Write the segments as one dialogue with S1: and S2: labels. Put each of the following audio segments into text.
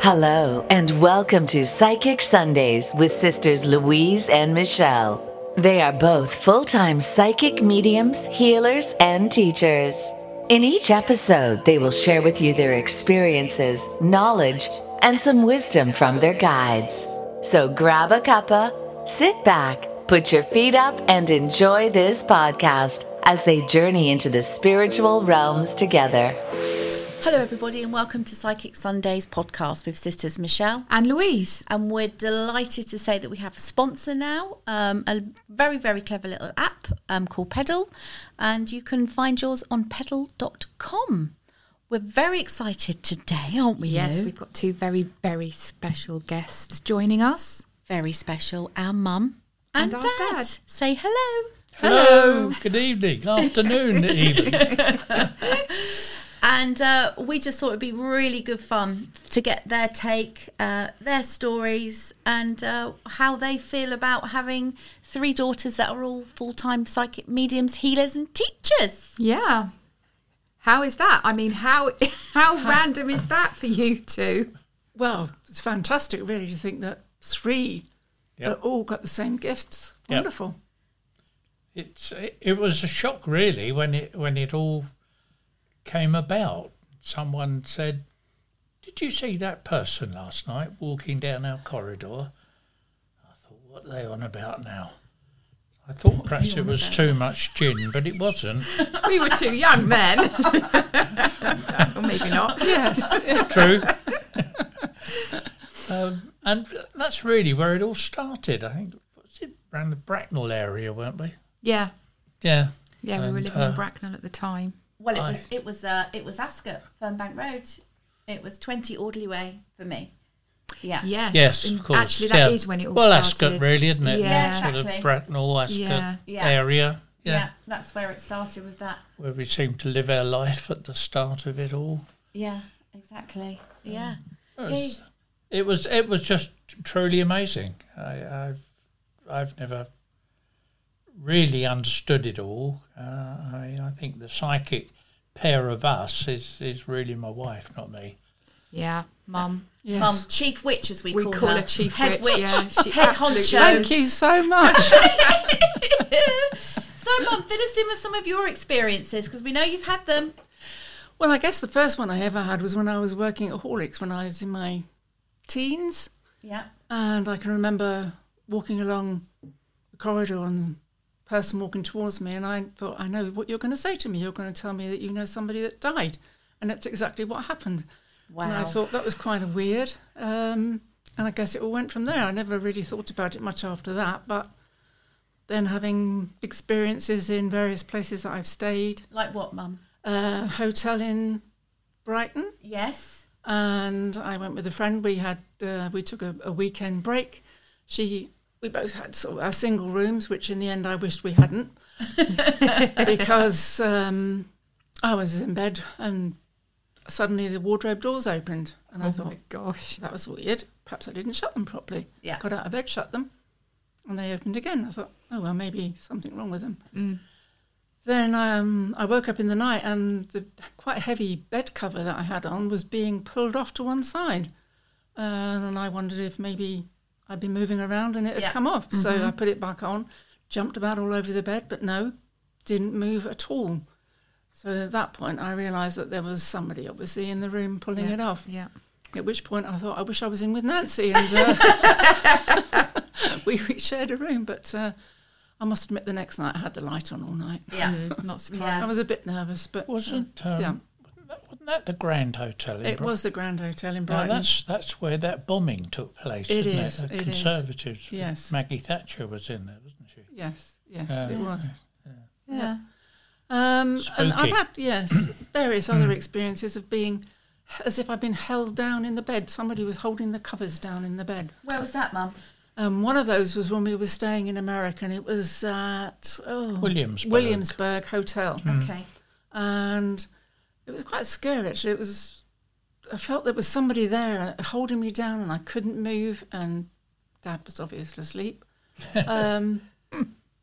S1: Hello, and welcome to Psychic Sundays with sisters Louise and Michelle. They are both full time psychic mediums, healers, and teachers. In each episode, they will share with you their experiences, knowledge, and some wisdom from their guides. So grab a cuppa, sit back, put your feet up, and enjoy this podcast as they journey into the spiritual realms together.
S2: Hello, everybody, and welcome to Psychic Sundays podcast with sisters Michelle.
S3: and Louise.
S2: And we're delighted to say that we have a sponsor now, um, a very, very clever little app um, called Pedal. And you can find yours on pedal.com. We're very excited today, aren't we?
S3: Oh, Yes,
S2: Lou?
S3: we've got two very, very special guests joining us.
S2: very special. Our mum and,
S3: And our
S2: dad.
S3: dad.
S2: Say hello.
S4: Hello. Good evening. Afternoon. even.
S2: And uh, we just thought it'd be really good fun to get their take, uh, their stories, and uh, how they feel about having three daughters that are all full time psychic mediums, healers, and teachers.
S3: Yeah. How is that? I mean, how how random is that for you two?
S5: Well, it's fantastic, really, to think that three
S4: Yep.
S5: have all got the same gifts.
S4: Yep.
S5: Wonderful.
S4: It's it, it was a shock really when it when it all came about. Someone said, "Did you see that person last night walking down our corridor?" I thought, "What are they on about now?" I thought perhaps it was too much gin, but it wasn't.
S3: We were too young then.
S5: Or maybe not. yes.
S4: True. um, and that's really where it all started. I think was it around the Bracknell area, weren't we?
S3: yeah.
S4: Yeah.
S3: Yeah, we were
S4: And,
S3: living
S4: uh,
S3: in Bracknell at the time.
S2: Well, it
S4: Aye.
S2: was it was uh, it was Ascot, Fernbank Road. It was twenty Audley Way for me. Yeah.
S3: Yes.
S4: Yes,
S3: and
S4: of course.
S3: Actually, that is
S4: yeah.
S3: when it all
S4: well,
S3: started.
S4: Ascot, really, isn't it?
S3: Yeah.
S2: Yeah,
S4: sort
S2: exactly.
S4: of Bracknell, Ascot
S3: Yeah.
S2: Yeah.
S4: area. Yeah.
S2: Yeah, that's where it started with that.
S4: where we seem to live our life at the start of it all.
S2: Yeah, exactly. Yeah.
S4: It was, it was, it was just truly amazing. I, I've, I've never really understood it all. Uh, I, mean, I think the psychic pair of us is is really my wife, not me.
S3: Yeah, Mum.
S5: Yes.
S2: Mum, Um, chief witch as we,
S3: We
S2: call,
S3: call her
S2: her
S3: Chief
S2: head
S3: Witch, yeah, she
S2: head
S3: absolutely-
S2: honcho.
S5: Thank you so much.
S2: So, Mum, fill us in with some of your experiences because we know you've had them.
S5: well, I guess the first one I ever had was when I was working at Horlicks when I was in my teens.
S2: Yeah.
S5: And I can remember walking along the corridor and a person walking towards me. And I thought, I know what you're going to say to me. You're going to tell me that you know somebody that died. And that's exactly what happened. And
S2: Wow.
S5: I thought that was kind of weird. Um, and I guess it all went from there. I never really thought about it much after that. But then having experiences in various places that I've stayed,
S2: Like what, Mum?
S5: uh, hotel in Brighton
S2: Yes.
S5: and I went with a friend. We had uh, we took a, a weekend break. She we both had sort of our single rooms, which in the end I wished we hadn't because um, I was in bed and suddenly the wardrobe doors opened and I
S3: Oh
S5: thought
S3: my gosh.
S5: that was weird. Perhaps I didn't shut them properly.
S2: Yeah.
S5: Got out of bed, shut them, and they opened again. I thought, oh well, maybe something wrong with them. Then um, I woke up in the night, and the quite heavy bed cover that I had on was being pulled off to one side, uh, and I wondered if maybe I'd been moving around and it had
S2: Yeah.
S5: come off. So I put it back on, jumped about all over the bed, but no, didn't move at all. So at that point, I realised that there was somebody obviously in the room pulling
S3: yeah.
S5: it off.
S3: Yeah.
S5: At which point I thought, I wish I was in with Nancy, and uh, we, we shared a room. But uh, I must admit, the next night I had the light on all night.
S2: Yeah.
S3: Mm, Not surprised.
S5: I was a bit nervous, but uh,
S4: Wasn't um,
S5: yeah.
S4: wasn't that- wasn't that the Grand Hotel? In
S5: it
S4: Bro-
S5: was the Grand Hotel in
S4: Now,
S5: Brighton.
S4: that's that's where that bombing took place,
S5: It
S4: isn't
S5: is,
S4: it? The
S5: it is.
S4: Conservatives. with
S5: Yes.
S4: Maggie Thatcher was in there, wasn't she?
S5: yes, yes,
S4: Yeah.
S5: it was.
S3: yeah.
S5: Um, and
S4: Spooky.
S5: I've
S4: Hmm.
S5: had yes various other experiences of being as if I've been held down in the bed. Somebody was holding the covers down in the bed.
S2: Where was that, Mum?
S5: Um, one of those was when we were staying in America, and it was at oh,
S4: Williamsburg.
S5: Williamsburg Hotel.
S2: Okay.
S5: and it was quite scary actually. It was, I felt there was somebody there holding me down and I couldn't move, and Dad was obviously asleep. Um,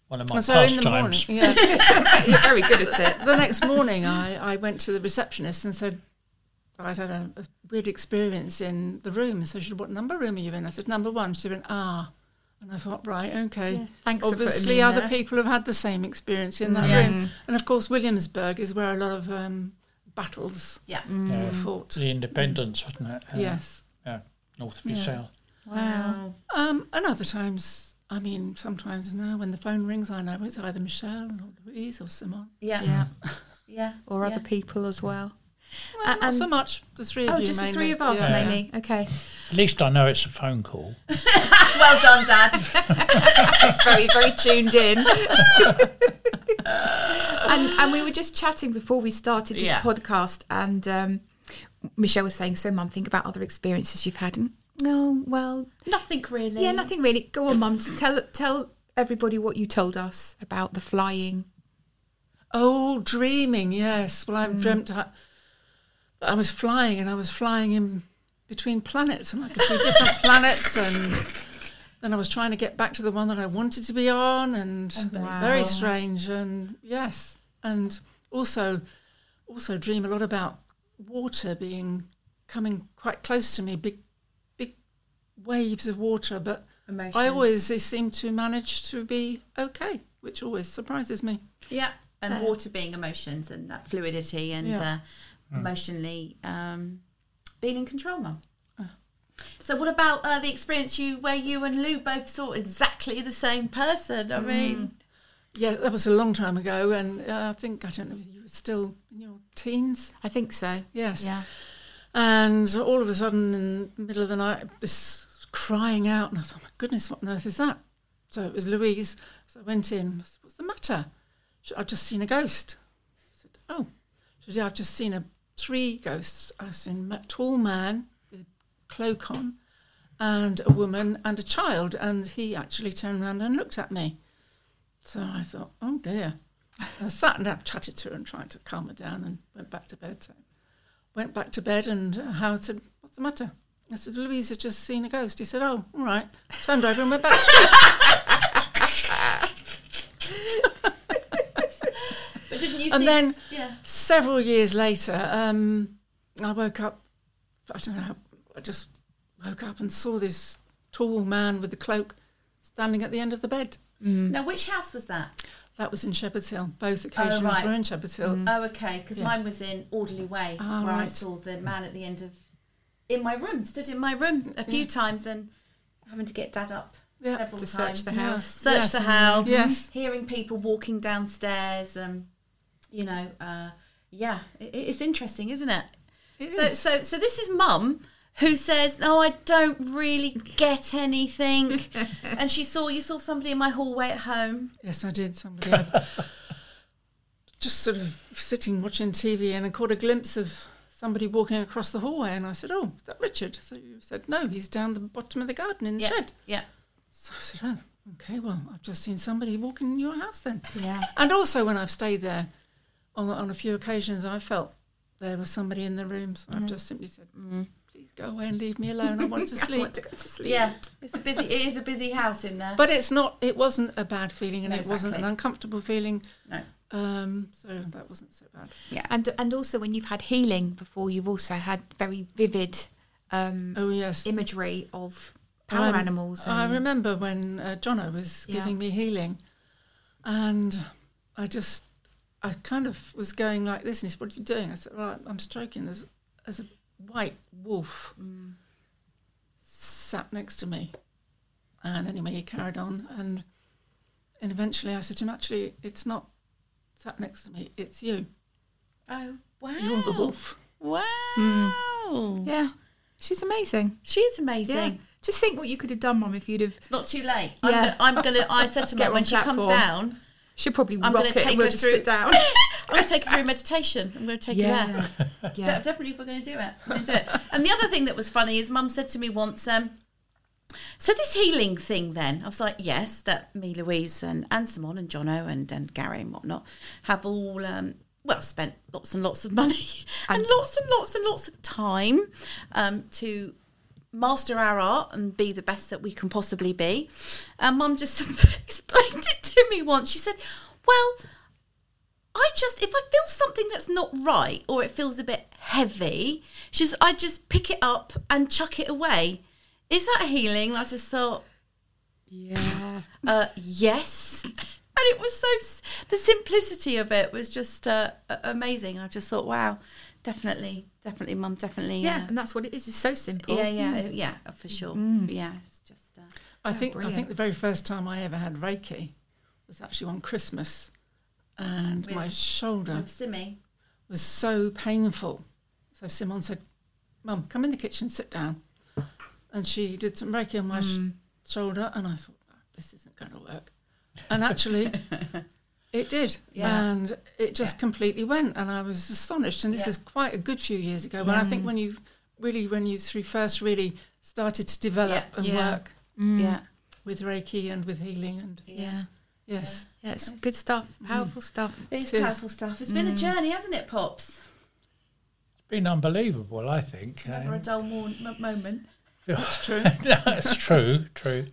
S4: One of my
S5: and so in the morning,
S4: pastimes.
S5: yeah,
S3: You're very good at it.
S5: the next morning I, I went to the receptionist and said, I'd had a, a weird experience in the room. So she said, What number room are you in? I said, Number one. She went, Ah. And I thought, Right, okay.
S3: Thanks for putting
S5: Obviously,
S3: me
S5: other
S3: there. Mm.
S5: people have had the same experience in that room. And of course, Williamsburg is where a lot of um, battles
S2: Yeah.
S5: were
S4: Yeah.
S5: fought.
S4: uh, The independence, wasn't it? Uh,
S5: Yes.
S4: Mm. Yeah, north v
S5: Yes.
S4: south.
S2: Wow.
S5: Um, and other times, I mean, sometimes now when the phone rings, I know it's either Michelle or Louise or someone.
S2: Yeah. Yeah.
S3: Yeah. Or other people as well.
S5: Well,
S3: And-
S5: not so
S3: and-
S5: much the three of
S3: Oh,
S5: you.
S3: just the
S5: mainly.
S3: three of us,
S5: Yeah.
S3: mainly. Okay.
S4: At least I know it's a phone call.
S2: Well done, Dad.
S3: It's very, very tuned in. and, and we were just chatting before we started this
S2: Yeah.
S3: podcast, and um, Michelle was saying, So, Mum, think about other experiences you've had. And, oh, well,
S2: Nothing really.
S3: yeah, nothing really. Go on, Mum. Tell, tell everybody what you told us about the flying.
S5: Oh, dreaming, yes. Well, I've dreamt I, I was flying and I was flying in between planets and I could see different planets and then I was trying to get back to the one that I wanted to be on and very strange and yes. And also also dream a lot about water being coming quite close to me, big big waves of water, but I
S2: Emotions.
S5: always seem to manage to be okay, which always surprises me.
S2: Yeah, and water being emotions and that fluidity and
S5: Yeah.
S2: uh, emotionally um, being in control, Mum. So, what about uh, the experience you where you and Lou both saw exactly the same person? I mean,
S5: Yeah, that was a long time ago, and uh, I think I don't know if you were still in your teens.
S3: I think so.
S5: Yes.
S2: yeah,
S5: And all of a sudden, in the middle of the night, this crying out, and I thought, my goodness, what on earth is that? So it was Louise. So I went in. I said, What's the matter? She, I've just seen a ghost. I said, Oh, she said, "Yeah, I've just seen a three ghosts. I've seen a tall man with a cloak on, and a woman and a child. And he actually turned around and looked at me. So I thought, oh dear. I sat and I chatted to her and tried to calm her down and went back to bed. So went back to bed and uh, Howard said, what's the matter? I said, Louise has just seen a ghost. He said, oh, all right. Turned over and went back to sleep.
S2: but didn't you?
S5: And
S2: see
S5: then-
S2: s- yeah,
S5: Several years later, um, I woke up, I don't know, how- I just woke up and saw this tall man with the cloak standing at the end of the bed.
S2: now which house was that?
S5: That was in Shepherd's Hill. Both occasions
S2: right.
S5: were in Shepherd's Hill.
S2: Oh, okay, because
S5: Mm. Yes.
S2: mine was in Orderly Way,
S5: Ah,
S2: where I
S5: right.
S2: saw the man at the end of in my room, stood in my room a few times, and having to get Dad up
S5: Yeah,
S2: several
S3: to
S2: times
S3: search the house.
S2: search
S5: Yes.
S2: the house,
S5: Yes.
S2: hearing people walking downstairs, um, you know, uh, yeah, it, it's interesting, isn't it?
S5: It
S2: so,
S5: is.
S2: so, so this is Mum who says, "No, I don't really get anything," and she saw you saw somebody in my hallway at home.
S5: Yes, I did. Somebody had just sort of sitting watching TV, and I caught a glimpse of somebody walking across the hallway, and I said, "Oh, is that Richard?" So you said, "No, he's down the bottom of the garden in the
S2: Yeah,
S5: shed."
S2: yeah,
S5: So I said, "Oh, okay. Well, I've just seen somebody walking in your house then."
S3: Yeah.
S5: And also, when I've stayed there on on a few occasions, I felt there was somebody in the room, so I've just simply said, "Please go away and leave me alone. I want to
S3: I
S5: sleep."
S3: want to go to sleep.
S2: yeah. It's a busy. It is a busy house in there.
S5: But it's not. It wasn't a bad feeling, and
S2: No,
S5: it wasn't an
S2: exactly.
S5: uncomfortable feeling.
S2: no.
S5: Um, so that wasn't so bad.
S3: Yeah, and and also when you've had healing before, you've also had very vivid um,
S5: Oh yes,
S3: imagery of power
S5: Um,
S3: animals.
S5: I
S3: and-
S5: remember when uh, Jono was
S3: Yeah.
S5: giving me healing, and I just, I kind of was going like this, and he said, "What are you doing?" I said, "Well, I'm stroking as as a white wolf
S3: Mm.
S5: sat next to me," and anyway, he carried on, and and eventually I said to him, "Actually, it's not sat next to me; it's you.
S2: Oh wow!
S5: You're the Hmm. wolf."
S2: Wow.
S3: yeah, she's amazing.
S2: She is amazing.
S3: Yeah, just think what you could have done, Mum, if you'd have.
S2: It's not too late.
S3: Yeah.
S2: I'm, gonna, I'm gonna. I said to
S3: Get
S2: her
S3: her
S2: when
S3: on
S2: she comes
S3: platform.
S2: down,
S3: She'd probably
S2: I'm
S3: rock
S2: gonna
S3: it. and
S2: take
S3: we'll
S2: her
S3: just
S2: through-
S3: sit down.
S2: I'm gonna take her through meditation. I'm gonna take her there. De-
S3: yeah.
S2: definitely, we're gonna do it. We're gonna do it. And the other thing that was funny is Mum said to me once, um, "So this healing thing, then?" I was like, "Yes, that me, Louise, and and Simon and Jono and and Gary and whatnot have all." Um, well, spent lots and lots of money and, lots and lots and lots of time um, to master our art and be the best that we can possibly be. And Mum just explained it to me once. She said, "Well, I just if I feel something that's not right or it feels a bit heavy, she's I just pick it up and chuck it away. Is that healing? And I just thought,
S3: Yeah.
S2: uh, yes. And it was so s- the simplicity of it was just uh, a- amazing. I just thought, wow, definitely, definitely, mum, definitely,
S3: yeah,
S2: yeah,
S3: and that's what it is. It's so simple.
S2: yeah, yeah,
S5: Mm.
S2: yeah, uh, for sure, yeah. It's just uh,
S5: I think I
S3: brilliant.
S5: think the very first time I ever had Reiki was actually on Christmas, and my
S2: With-
S5: shoulder
S2: Simi.
S5: was so painful. So Simon said, "Mum, come in the kitchen, sit down," and she did some Reiki on my
S3: Mm.
S5: sh- shoulder, and I thought, "Oh, "This isn't going to work," and actually. It did,
S2: Yeah.
S5: and it just completely went, and I was astonished. And this
S2: Yeah.
S5: is quite a good few years ago. But I
S3: Mm.
S5: think when you really, when you three first really started to develop
S2: Yeah.
S5: and
S3: Yeah. Mm.
S5: work,
S2: Yeah,
S5: with Reiki and with healing and
S3: Yeah.
S5: yes.
S3: Yeah, it's good stuff. Mm. Powerful stuff.
S2: it's
S5: It is. Mm.
S2: powerful stuff. It's been a journey, hasn't it, pops?
S4: been unbelievable, I think.
S2: Never a
S4: Um,
S2: dull mo- mo- moment.
S5: That's true.
S4: no, it's true, true.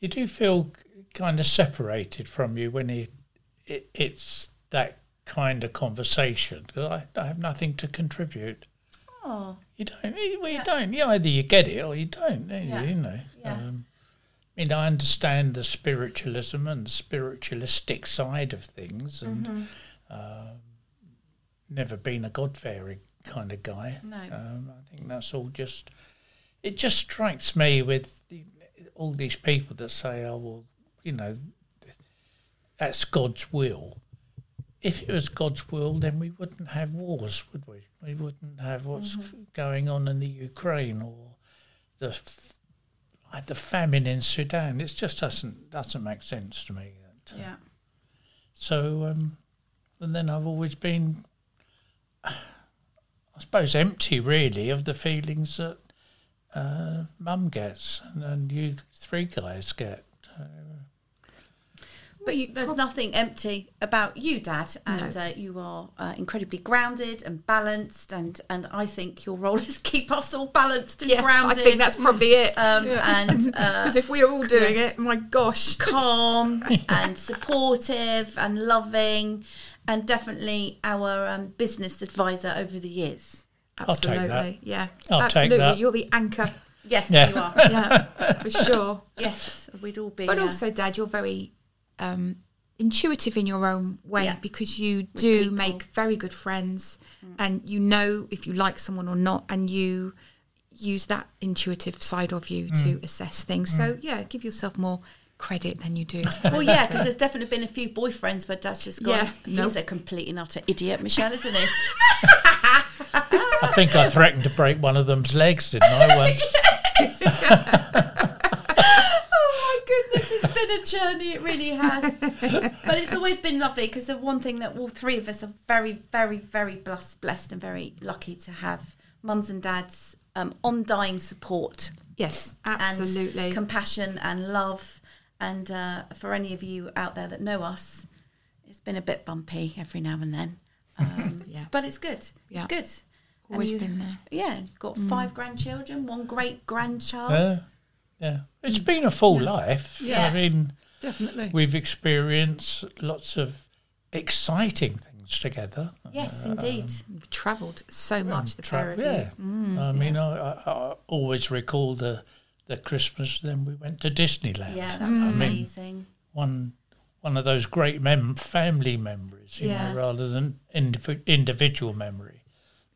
S4: You do feel kind of separated from you when it, it it's that kind of conversation. 'cause I, I have nothing to contribute.
S2: Oh,
S4: You don't. eh, Well, you don't. You either you get it or you don't. don't you?
S2: Yeah.
S4: You know.
S2: Yeah.
S4: Um, I mean, I understand the spiritualism and the spiritualistic side of things, and um,
S2: Mm-hmm.
S4: never been a God-fearing kind of guy.
S2: No.
S4: um, I think that's all just. It just strikes me with the, all these people that say, "Oh well, you know, that's God's will." if it was God's will, then we wouldn't have wars, would we? We wouldn't have what's going on in the Ukraine or the f- uh, the famine in Sudan. It just doesn't doesn't make sense to me. That, uh,
S2: yeah.
S4: So, um, and then I've always been, I suppose, empty really of the feelings that uh, Mum gets and, and you three guys get.
S3: But you,
S2: There's nothing empty about you, Dad, and uh, you are uh, incredibly grounded and balanced, and and I think your role is keep us all balanced and
S3: yeah,
S2: grounded.
S3: I think that's probably it.
S2: um, and uh,
S3: Because if we're all doing it, my gosh.
S2: calm and supportive and loving, and definitely our um, business advisor over the years.
S4: take that.
S3: Absolutely. Yeah.
S4: I'll take
S3: Absolutely.
S4: that.
S3: You're the anchor.
S2: Yes,
S4: Yeah.
S2: you are.
S3: Yeah, for sure.
S2: yes, we'd all be.
S3: But
S2: uh,
S3: also, Dad, you're very um, intuitive in your own way
S2: Yeah.
S3: because you do
S2: people. Mm.
S3: make very good friends, and you know if you like someone or not, and you use that intuitive side of you
S4: Mm.
S3: to assess things. So yeah, give yourself more credit than you do.
S2: Well, yeah, because there's definitely been a few boyfriends where Dad's just gone.
S3: Yeah, nope.
S2: He's a complete and utter idiot, Michelle, isn't he?
S4: I think I threatened to break one of them's legs, didn't I? Once?
S2: Oh my goodness, it's been a journey, it really has. but it's always been lovely because the one thing that all three of us are very, very, very blessed, blessed and very lucky to have mums and dads um, undying support
S3: yes,
S2: and
S3: absolutely.
S2: compassion and love. And uh, for any of you out there that know us, it's been a bit bumpy every now and then. Um,
S3: Yeah.
S2: But it's good.
S3: Yeah.
S2: It's good. And
S3: Always
S2: you-
S3: been there. Mm.
S2: Yeah, got five grandchildren, one great grandchild.
S4: Yeah, yeah. It's been a full life.
S2: Yes.
S4: I mean,
S5: Definitely.
S4: we've experienced lots of exciting things together.
S2: Yes, indeed.
S3: You've travelled so much, the
S4: Tra-
S3: pair of you.
S4: yeah.
S2: Mm,
S4: I mean, I, I, I always recall the the Christmas. Then we went to Disneyland.
S2: Yeah, that was
S4: I mean,
S2: amazing.
S4: one one of those great mem- family memories, you
S2: Yeah.
S4: know, rather than indiv- individual memory.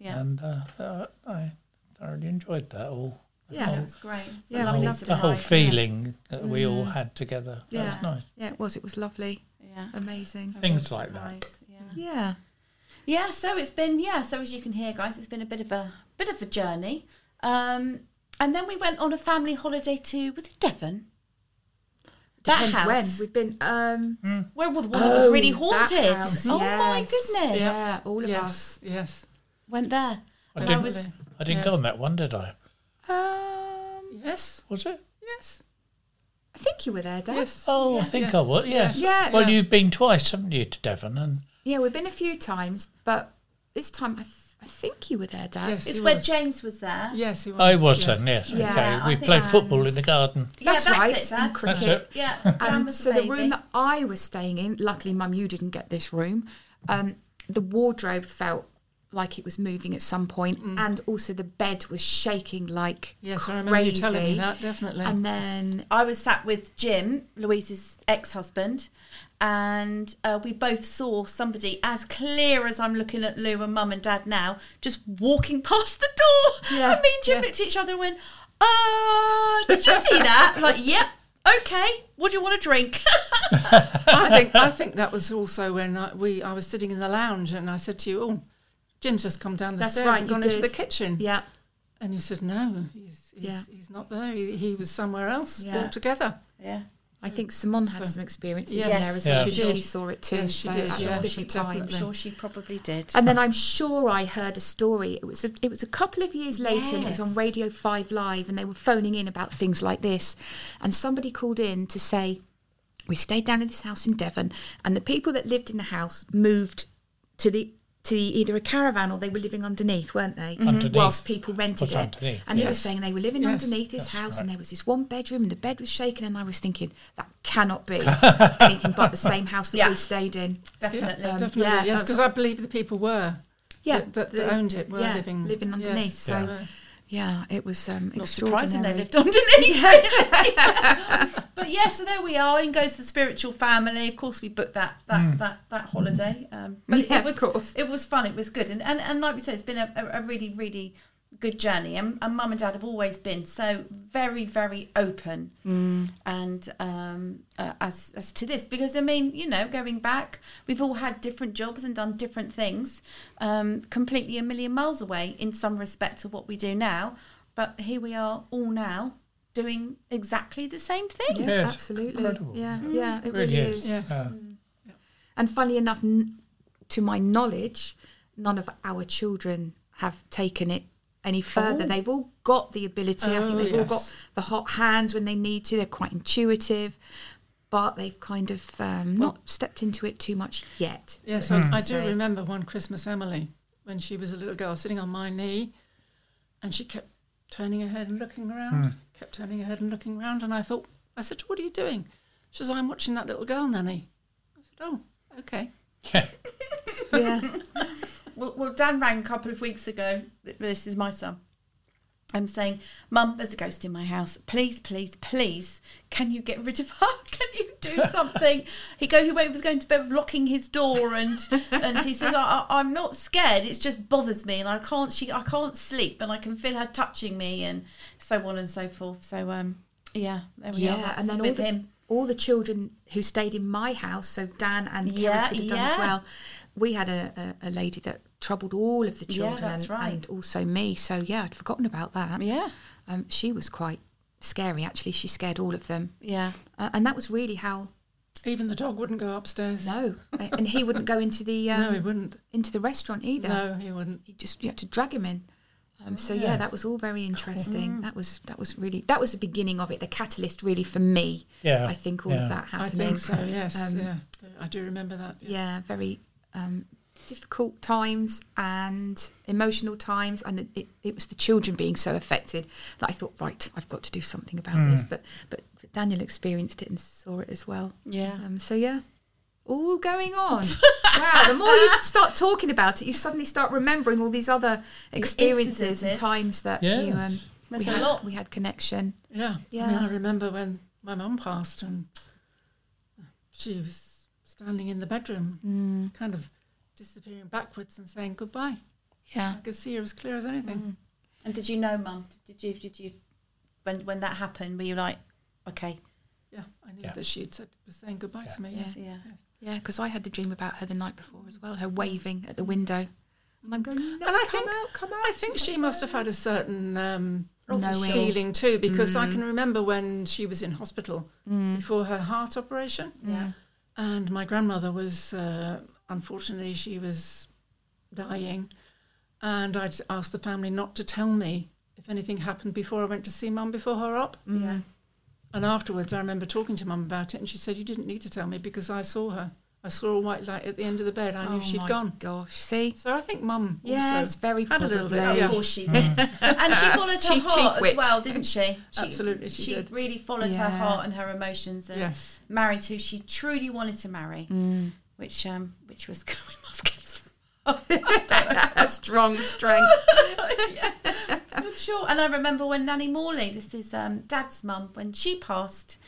S2: Yeah,
S4: And uh, uh, I thoroughly enjoyed that all.
S3: Yeah.
S4: the
S2: that
S4: whole,
S2: was great. It's a
S3: Yeah,
S2: lovely
S3: we
S4: the whole,
S3: loved
S4: the whole
S2: surprise, yeah.
S4: feeling that we all had together. That
S3: Yeah.
S4: was nice.
S3: Yeah, it was. It was lovely.
S2: Yeah,
S3: Amazing.
S2: a
S4: Things
S2: real
S4: like that.
S2: surprise, Yeah.
S3: Yeah.
S2: yeah, so it's been yeah. So as you can hear, guys, it's been a bit of a bit of a journey. Um, and then we went on a family holiday to was it Devon?
S3: Depends
S2: that
S3: when.
S2: house
S3: We've been. Um,
S2: where the one that was really
S3: that
S2: haunted.
S3: house,
S2: Oh my
S3: yes.
S2: goodness!
S3: Yeah, all of
S5: yes,
S3: us.
S5: Yes.
S2: Went there.
S4: I
S2: And
S4: didn't, I,
S2: was
S4: didn't
S5: Yes.
S4: go on that one, did I?
S3: Um,
S5: Yes.
S4: Was it?
S5: Yes.
S3: I think you were there, Dad.
S5: Yes.
S4: Oh, I think I
S5: Yes.
S4: would. Yes.
S3: Yeah.
S4: Well,
S3: Yeah.
S4: you've been twice, haven't you, to Devon? And
S3: Yeah, we've been a few times, but this time I, th- I think you were there, Dad.
S5: Yes.
S2: It's
S5: he
S2: where
S5: was.
S2: James was there.
S5: Yes, he was.
S4: I Oh, was
S5: yes.
S4: then. Yes.
S3: Yeah,
S2: I
S4: okay. We
S2: think-
S4: played football
S3: and-
S4: in the garden.
S2: Yeah,
S3: That's right,
S2: It,
S3: in
S2: Dad.
S3: cricket.
S4: That's it.
S2: Yeah, Dan
S3: And
S2: was
S3: so
S2: a
S3: the
S2: baby.
S3: room that I was staying in, luckily, Mum, you didn't get this room. Um, the wardrobe felt like it was moving at some point, and also the bed was shaking like
S5: Mm. Yes,
S3: crazy.
S5: I remember you telling me that, definitely.
S3: And then
S2: I was sat with Jim, Louise's ex husband, and uh, we both saw somebody as clear as I'm looking at Lou and mum and dad now, just walking past the door.
S5: Yeah,
S2: and me and Jim
S5: yeah.
S2: looked at each other and went, Uh, did you see that? like, yep, okay, what do you want to drink?
S5: I think I think that was also when I, we I was sitting in the lounge and I said to you, "Oh, Jim's just come down the
S2: That's
S5: stairs
S2: right,
S5: and
S2: you
S5: gone into
S2: did.
S5: the kitchen."
S2: yeah.
S5: And you said, "No, he's he's,
S3: Yeah.
S5: he's not there. He, he was somewhere else
S2: Yeah.
S5: altogether."
S2: Yeah.
S3: I think Simone had some experiences in
S5: Yes.
S3: there as
S4: Yeah.
S3: well.
S5: She
S3: She,
S5: did.
S3: saw it too.
S5: Yes, she
S3: so
S5: did,
S3: at
S5: yeah,
S3: a
S5: she
S3: different time.
S2: I'm sure she probably did.
S3: And then I'm sure I heard a story. It was a, it was a couple of years later, and it was on
S2: Yes.
S3: Radio Five Live, and they were phoning in about things like this. And somebody called in to say, "We stayed down in this house in Devon, and the people that lived in the house moved to the." To either a caravan or they were living underneath, weren't they?
S4: Underneath.
S3: Whilst people rented
S4: Was
S3: it,
S4: underneath,
S3: and they were
S5: yes.
S3: saying they were living
S5: Yes,
S3: underneath this
S4: that's
S3: house,
S4: right.
S3: and there was this one bedroom, and the bed was shaking. And I was thinking that cannot be anything but the same house that
S2: Yeah.
S3: we stayed in.
S2: Definitely.
S5: Yeah, definitely.
S3: yeah,
S5: yes,
S3: that's-
S5: because I believe the people were
S3: yeah,
S5: that, that, that owned it were
S3: yeah,
S5: living
S3: living
S5: yes,
S3: underneath. so
S5: they
S3: yeah.
S5: were.
S3: it was um,
S2: Not
S3: extraordinary.
S2: surprising they lived underneath. really. but yeah, so there we are. In goes the spiritual family. Of course, we booked that that that, that holiday. Um, but
S3: Yeah,
S2: it
S3: of
S2: was
S3: course.
S2: it was fun. It was good. And and, and like we said, it's been a, a, a really really good journey. And, and mum and dad have always been so very very open. And um, uh, as as to this, because I mean, you know, going back, we've all had different jobs and done different things, um, completely a million miles away in some respect to what we do now. But here we are all now doing exactly the same thing.
S3: Yeah,
S4: Yes,
S3: absolutely.
S4: incredible.
S3: Yeah, Mm-hmm. yeah, it
S4: Really
S3: really,
S4: is.
S3: is.
S5: Yes.
S4: Uh,
S3: And funnily enough, n- to my knowledge, none of our children have taken it any further. They've all got the ability. I
S5: Oh,
S3: think they've all got
S5: yes.
S3: the hot hands when they need to. They're quite intuitive, but they've kind of um, not stepped into it too much yet.
S5: Yes, I, I do remember one Christmas Emily when she was a little girl sitting on my knee, and she kept turning her head and looking around, kept turning her head and looking around, and I thought, I said, "What are you doing?" She says, "I'm watching that little girl, Nanny." I said, "Oh, okay."
S4: yeah.
S3: Yeah,
S2: Well, well, Dan rang a couple of weeks ago. th- This is my son. I'm saying, Mum, there's a ghost in my house. Please, please, please, can you get rid of her? Can you do something? he go. He went- was going to bed with locking his door, and and he says, I, I, I'm not scared. It just bothers me, and I can't. She, I can't sleep, and I can feel her touching me, and so on and so forth. So, um, yeah, there we are.
S3: yeah.
S2: That's
S3: And then all
S2: with
S3: the,
S2: him,
S3: all the children who stayed in my house, so Dan and
S2: Yeah,
S3: Keris would have done as
S2: yeah.
S3: well. We had a, a, a lady that troubled all of the
S2: Yeah,
S3: children
S2: that's
S3: and,
S2: right.
S3: and also me. So yeah, I'd forgotten about that.
S2: Yeah.
S3: Um, she was quite scary actually. She scared all of them.
S2: yeah.
S3: Uh, and that was really how
S5: Even the dog wouldn't go upstairs.
S3: no. and he wouldn't go into the um,
S5: no, he wouldn't.
S3: into the restaurant either.
S5: No, he wouldn't.
S3: He just you had to drag him in. Um, so yeah, that was all very interesting. That was that was really that was the beginning of it, the catalyst really for me.
S4: Yeah,
S3: I think all
S4: yeah.
S3: of that
S5: I
S3: happening.
S5: think so. Yes,
S3: Um,
S5: yeah, I do remember that. yeah.
S3: yeah, very um, difficult times and emotional times, and it, it, it was the children being so affected that I thought, right, I've got to do something about this. But, but but Daniel experienced it and saw it as well.
S2: Yeah.
S3: Um, so yeah, all going on. wow. The more you start talking about it, you suddenly start remembering all these other experiences and
S2: Instances.
S3: times that you um,
S4: Yes.
S2: There's
S3: we
S2: a
S3: had,
S2: lot.
S3: We had connection.
S5: Yeah. I, mean,
S3: Yeah.
S5: I remember when my mum passed and she was standing in the bedroom,
S3: Mm.
S5: kind of disappearing backwards and saying goodbye.
S3: Yeah.
S5: I could see her as clear as anything.
S3: Mm.
S2: And did you know, Mum? Did you? Did you? When when that happened, were you like, okay,
S5: Yeah, I knew
S4: Yeah.
S5: that she had said, was saying goodbye to me.
S3: Yeah.
S2: yeah?
S3: Yeah, because I had the dream about her the night before as well, her waving at the window. And I'm going, no,
S5: And I
S3: come
S5: think-
S3: out, come out.
S5: I think she must have had a certain um,
S3: Knowing. Mm.
S5: feeling too, because I can remember when she was in hospital before her heart operation.
S2: Yeah.
S5: And my grandmother was, uh, unfortunately, she was dying. And I'd asked the family not to tell me if anything happened before I went to see mum before her op.
S3: Mm.
S2: Yeah.
S5: And afterwards, I remember talking to mum about it, and she said, You didn't need to tell me because I saw her. I saw a white light at the end of the bed. I knew
S3: Oh
S5: she'd
S3: my
S5: gone.
S3: Gosh, see?
S5: So I think mum
S3: Yes,
S5: also
S3: very
S5: had a little bit.
S2: Oh,
S3: probably.
S5: yeah. Mm.
S2: Of course she did. and she followed her
S3: Chief-
S2: heart
S3: chief
S2: as
S3: witch.
S2: well, didn't she? she
S5: Absolutely, she did.
S2: really followed her
S3: Yeah.
S2: heart and her emotions and
S5: Yes. Mm.
S2: married who she truly wanted to marry, which um, which was good. We must
S3: a strong strength.
S2: I'm sure. And I remember when Nanny Morley, this is um, Dad's mum, when she passed,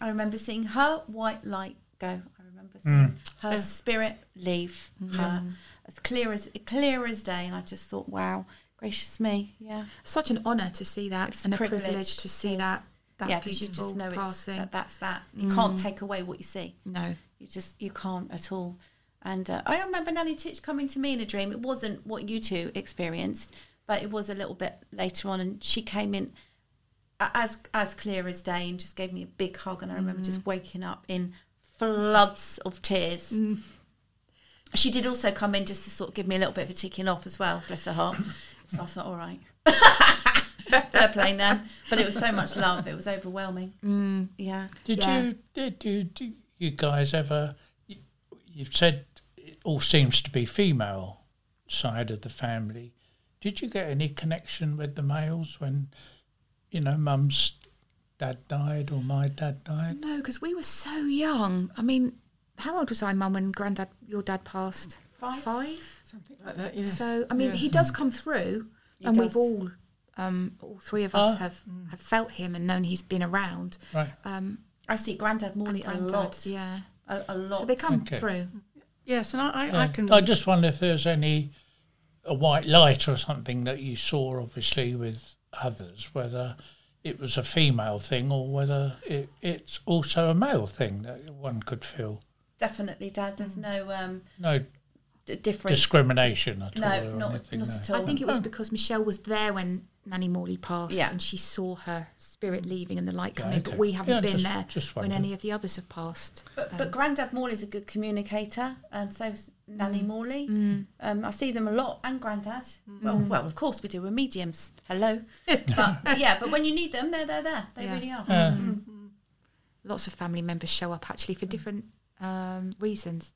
S2: I remember seeing her white light go. I remember seeing her spirit leave
S3: Mm-hmm.
S2: her as clear as clear as day, and I just thought, wow, gracious me, yeah,
S3: Such an honour to see that
S2: It's
S3: and a
S2: a
S3: privilege,
S2: privilege,
S3: to see
S2: yes.
S3: that that
S2: yeah, 'cause you
S3: beautiful
S2: just know it's,
S3: passing. Mm.
S2: that, that's that. You can't take away what you see.
S3: no,
S2: You just you can't at all. And uh, I remember Nanny Titch coming to me in a dream. It wasn't what you two experienced, but it was a little bit later on. And she came in a- as as clear as day and just gave me a big hug. And I remember just waking up in floods of tears. She did also come in just to sort of give me a little bit of a ticking off as well. Bless her heart. so I thought, all right. Fair play, Nan. But it was so much love. It was overwhelming. Mm. Yeah.
S4: Did
S3: Yeah.
S4: you did you do you guys ever? You, you've said it all seems to be female side of the family. Did you get any connection with the males when you know mum's dad died or my dad died?
S3: no, because we were so young. I mean, how old was I, Mum, when Granddad, your dad passed?
S2: Five.
S3: Five.
S5: Something like that, yes.
S3: So I mean, he does come through, and
S2: does.
S3: we've all, um, all three of us
S4: Oh.
S3: have have felt him and known he's been around.
S5: Mm.
S4: Right.
S5: Uh,
S3: Um,
S2: I see Grandad Morley a
S3: Granddad,
S2: lot.
S3: yeah.
S2: a, a lot.
S3: So they come
S4: Okay.
S3: through.
S5: Yes, and I, I, I
S4: Yeah.
S5: can.
S4: I just wonder if there's any a white light or something that you saw, obviously, with others, whether it was a female thing or whether it, it's also a male thing that one could feel.
S2: Definitely, Dad. There's no um,
S4: No
S2: d- difference.
S4: discrimination at all.
S2: no,
S4: or
S2: not
S4: anything,
S2: not
S4: no.
S2: at all.
S3: I think it was because Michelle was there when Nanny Morley passed,
S2: Yeah.
S3: and she saw her spirit leaving and the light
S4: Yeah,
S3: coming. But
S4: okay.
S3: we haven't
S4: Yeah,
S3: been
S4: just-
S3: there
S4: just
S3: when
S4: wondering.
S3: any of the others have passed.
S2: But, but Grandad Morley's a good communicator, and so is Nanny Morley. Um, I see them a lot, and Grandad. Well, well, of course we do. We're mediums. Hello. but yeah, but when you need them, they're they're there. They
S3: Yeah.
S2: really are. Mm.
S4: Yeah.
S3: Lots of family members show up actually for different um, reasons.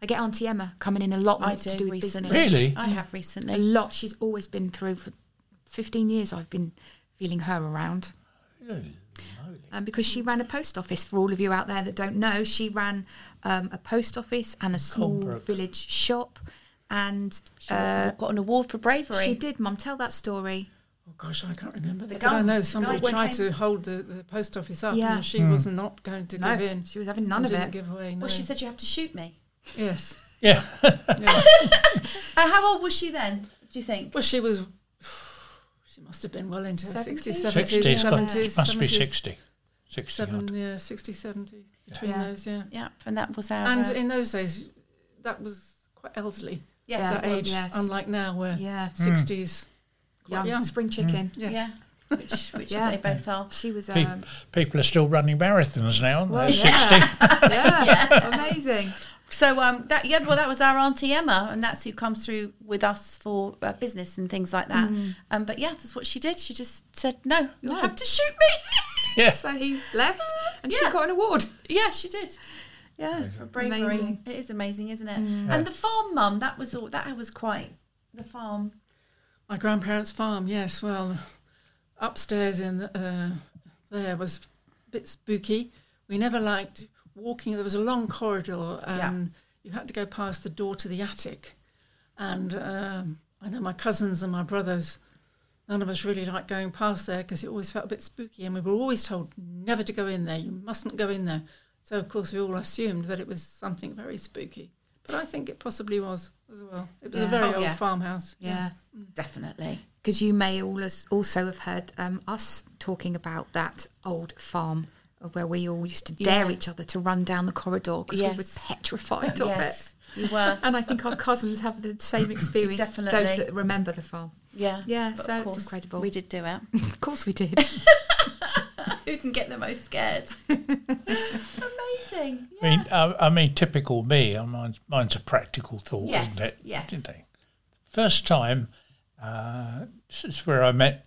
S3: I get Auntie Emma coming in a lot when
S2: Mm. I
S3: it's
S2: do
S3: to do with
S2: recently.
S3: business.
S4: Really?
S2: I have
S3: A
S2: recently.
S3: lot. She's always been through for 15 years. I've been feeling her around. Um, because she ran a post office for all of you out there that don't know, she ran um, a post office and a small
S4: Colebrook.
S3: village shop, and
S2: Uh, got an award for bravery.
S3: She did, Mum. Tell that story.
S5: Oh gosh, I can't remember. The
S2: gun-
S5: gun, I know
S2: the
S5: somebody
S2: guy who
S5: tried
S2: came-
S5: to hold the, the post office up,
S3: Yeah.
S5: and she was not going to give in.
S3: she was having none
S5: And
S3: of
S5: didn't
S3: it.
S5: Give away. No.
S2: Well, she said you have to shoot me.
S5: yes.
S4: Yeah.
S5: Yeah.
S2: Uh, how old was she then? Do you think?
S5: well, she was. She must have been well into her
S3: 70s?
S5: 60s, 70s,
S4: 60, it's got-
S5: 70s,
S4: must be
S5: 70s,
S4: 60. 60
S5: Seven,
S4: odd.
S5: yeah, 60, 70, between
S3: Yeah.
S5: those, yeah.
S2: Yeah, and that was our.
S5: And
S2: uh,
S5: in those days, that was quite elderly,
S2: yes,
S3: Yeah.
S5: that
S2: it was.
S5: age,
S3: yes.
S5: unlike now where
S3: Yeah,
S5: 60s, quite
S3: young,
S5: young.
S3: spring chicken.
S5: Yes.
S2: Yeah, which which
S3: Yeah.
S2: they both are.
S3: She was.
S4: Pe-
S3: Um,
S4: People are still running marathons now, aren't
S3: well,
S4: they?
S3: yeah. yeah, amazing.
S2: So um, that yeah, well, that was our auntie Emma, and that's who comes through with us for uh, business and things like that. Um, but yeah, that's what she did. She just said, "No, you
S3: Mm. No.
S2: have to shoot me."
S4: Yeah.
S3: So he left, and
S2: Yeah.
S3: she got an award.
S2: yeah, she did.
S3: Yeah,
S2: For bravery,
S3: amazing. Mm.
S2: it is amazing, isn't it? And the farm mum, that was all. That was quite the farm.
S5: My grandparents' farm, yes. Well, upstairs in the, uh, there was a bit spooky. We never liked walking. There was a long corridor, and you had to go past the door to the attic. And um, I know my cousins and my brothers, none of us really liked going past there because it always felt a bit spooky. And we were always told never to go in there. You mustn't go in there. So of course we all assumed that it was something very spooky. But I think it possibly was as well. It was
S3: Yeah.
S5: a very
S2: Oh,
S5: old
S2: yeah.
S5: farmhouse.
S3: Yeah,
S2: Mm. Definitely.
S3: because you may all as- also have heard um, us talking about that old farm where we all used to dare
S2: Yeah.
S3: each other to run down the corridor because we were
S2: Yes.
S3: petrified of it.
S2: yes, you were.
S3: And I think our cousins have the same experience. Those
S2: Definitely.
S3: that remember the farm.
S2: Yeah,
S3: Yeah,
S2: But of
S3: so it's
S2: course,
S3: incredible.
S2: We did do it.
S3: Of course, we did.
S2: who can get the most scared? amazing.
S4: I mean, uh, I, I mean, typical me. uh, Mine's, mine's a practical thought,
S2: Yes,
S4: isn't it?
S2: yes.
S4: Didn't they? First time, uh, this is where I met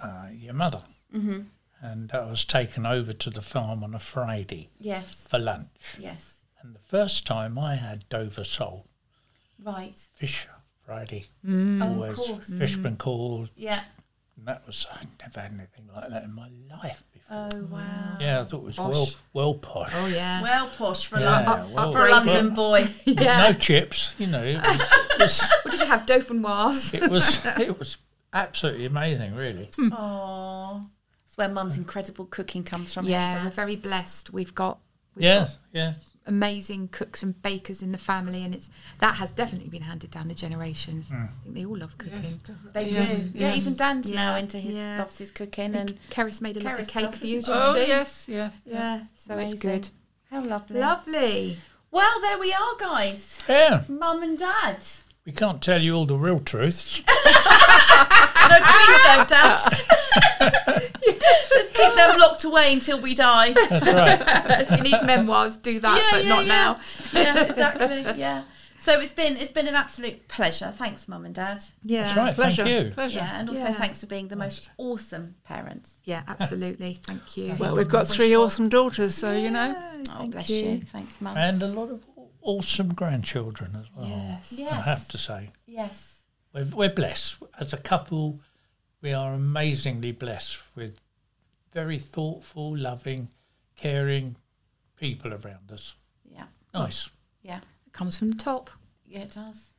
S4: uh, your mother, mm-hmm. and I was taken over to the farm on a Friday
S2: Yes.
S4: for lunch.
S2: Yes.
S4: And the first time I had Dover sole,
S2: Right.
S4: fish Friday,
S2: Oh, of
S4: always
S2: course.
S4: fishman called,
S2: Yeah.
S4: and that was I never had anything like that in my life before.
S5: Oh wow.
S4: yeah, I thought it was well,
S3: Posh.
S4: well posh.
S3: Oh yeah.
S2: Well, posh for a,
S4: Yeah,
S2: London,
S4: well
S2: for a
S4: posh.
S2: London boy.
S4: No chips, you know. It was, it was,
S3: What did you have? Dauphinoise.
S4: it was it was absolutely amazing, really.
S2: Hmm. Aww. That's where mum's incredible cooking comes from.
S3: Yeah,
S2: Yeah.
S3: we're very blessed. We've got we've got
S4: Yes, yes.
S3: amazing cooks and bakers in the family, and it's that has definitely been handed down the generations. I think they all love cooking.
S5: Yes, definitely.
S2: They
S5: Yes,
S2: do. Yeah,
S5: yes.
S2: even Dan's now
S3: Yeah,
S2: into his
S3: yeah.
S2: loves his cooking
S3: And
S2: and
S3: Keris made a lovely
S2: Keris
S3: cake
S2: loves
S3: for you,
S2: it.
S3: didn't
S5: Oh
S3: she?
S5: yes, yes, yeah.
S3: Yeah, so it's
S2: Amazing.
S3: good.
S2: how lovely.
S3: Lovely.
S2: Well, there we are, guys.
S4: Yeah,
S2: Mum and Dad.
S4: we can't tell you all the real truth.
S2: No, please don't, Dad. Let's keep them locked away until we die.
S4: That's right.
S3: if you need memoirs, do that,
S2: Yeah,
S3: but
S2: yeah,
S3: not
S2: yeah.
S3: now.
S2: yeah, exactly. Yeah. So it's been it's been an absolute pleasure. Thanks, Mum and Dad.
S3: Yeah,
S4: That's right.
S5: Pleasure.
S4: Thank you.
S5: Pleasure.
S2: Yeah, and also
S3: Yeah.
S2: thanks for being the most awesome parents.
S3: yeah, absolutely. Thank you.
S5: Well, we've got three awesome daughters, so you know.
S2: Oh,
S3: Thank
S2: bless
S3: you.
S2: you. Thanks, Mum.
S4: And a lot of awesome grandchildren as well.
S3: Yes.
S4: I have
S2: Yes.
S4: to say,
S2: Yes.
S4: we're, we're blessed as a couple. We are amazingly blessed with very thoughtful, loving, caring people around us.
S2: Yeah.
S4: Nice.
S2: Yeah.
S3: It comes from the top.
S2: Yeah, it does.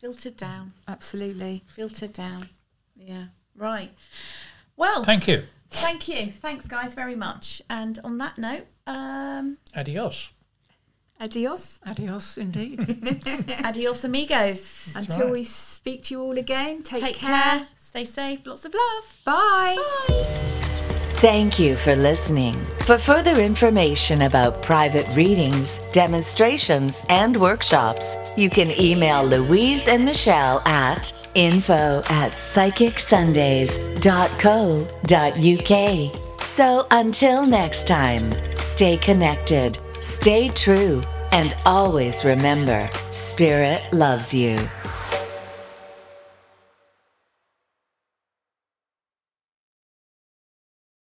S2: Filtered down.
S3: Absolutely.
S2: Filtered down. Yeah. Right. Well,
S4: Thank you.
S2: thank you. Thanks, guys, very much. And on that note, um,
S4: Adios.
S3: Adios.
S5: Adios, indeed.
S2: adios, amigos.
S3: Until
S4: right.
S3: we speak to you all again, take,
S2: Take
S3: care.
S2: care. Stay safe. Lots of love.
S3: Bye.
S1: Thank you for listening. For further information about private readings, demonstrations, and workshops, you can email Louise and Michelle at info at psychicsundays.co.uk. So until next time, stay connected, stay true, and always remember spirit loves you.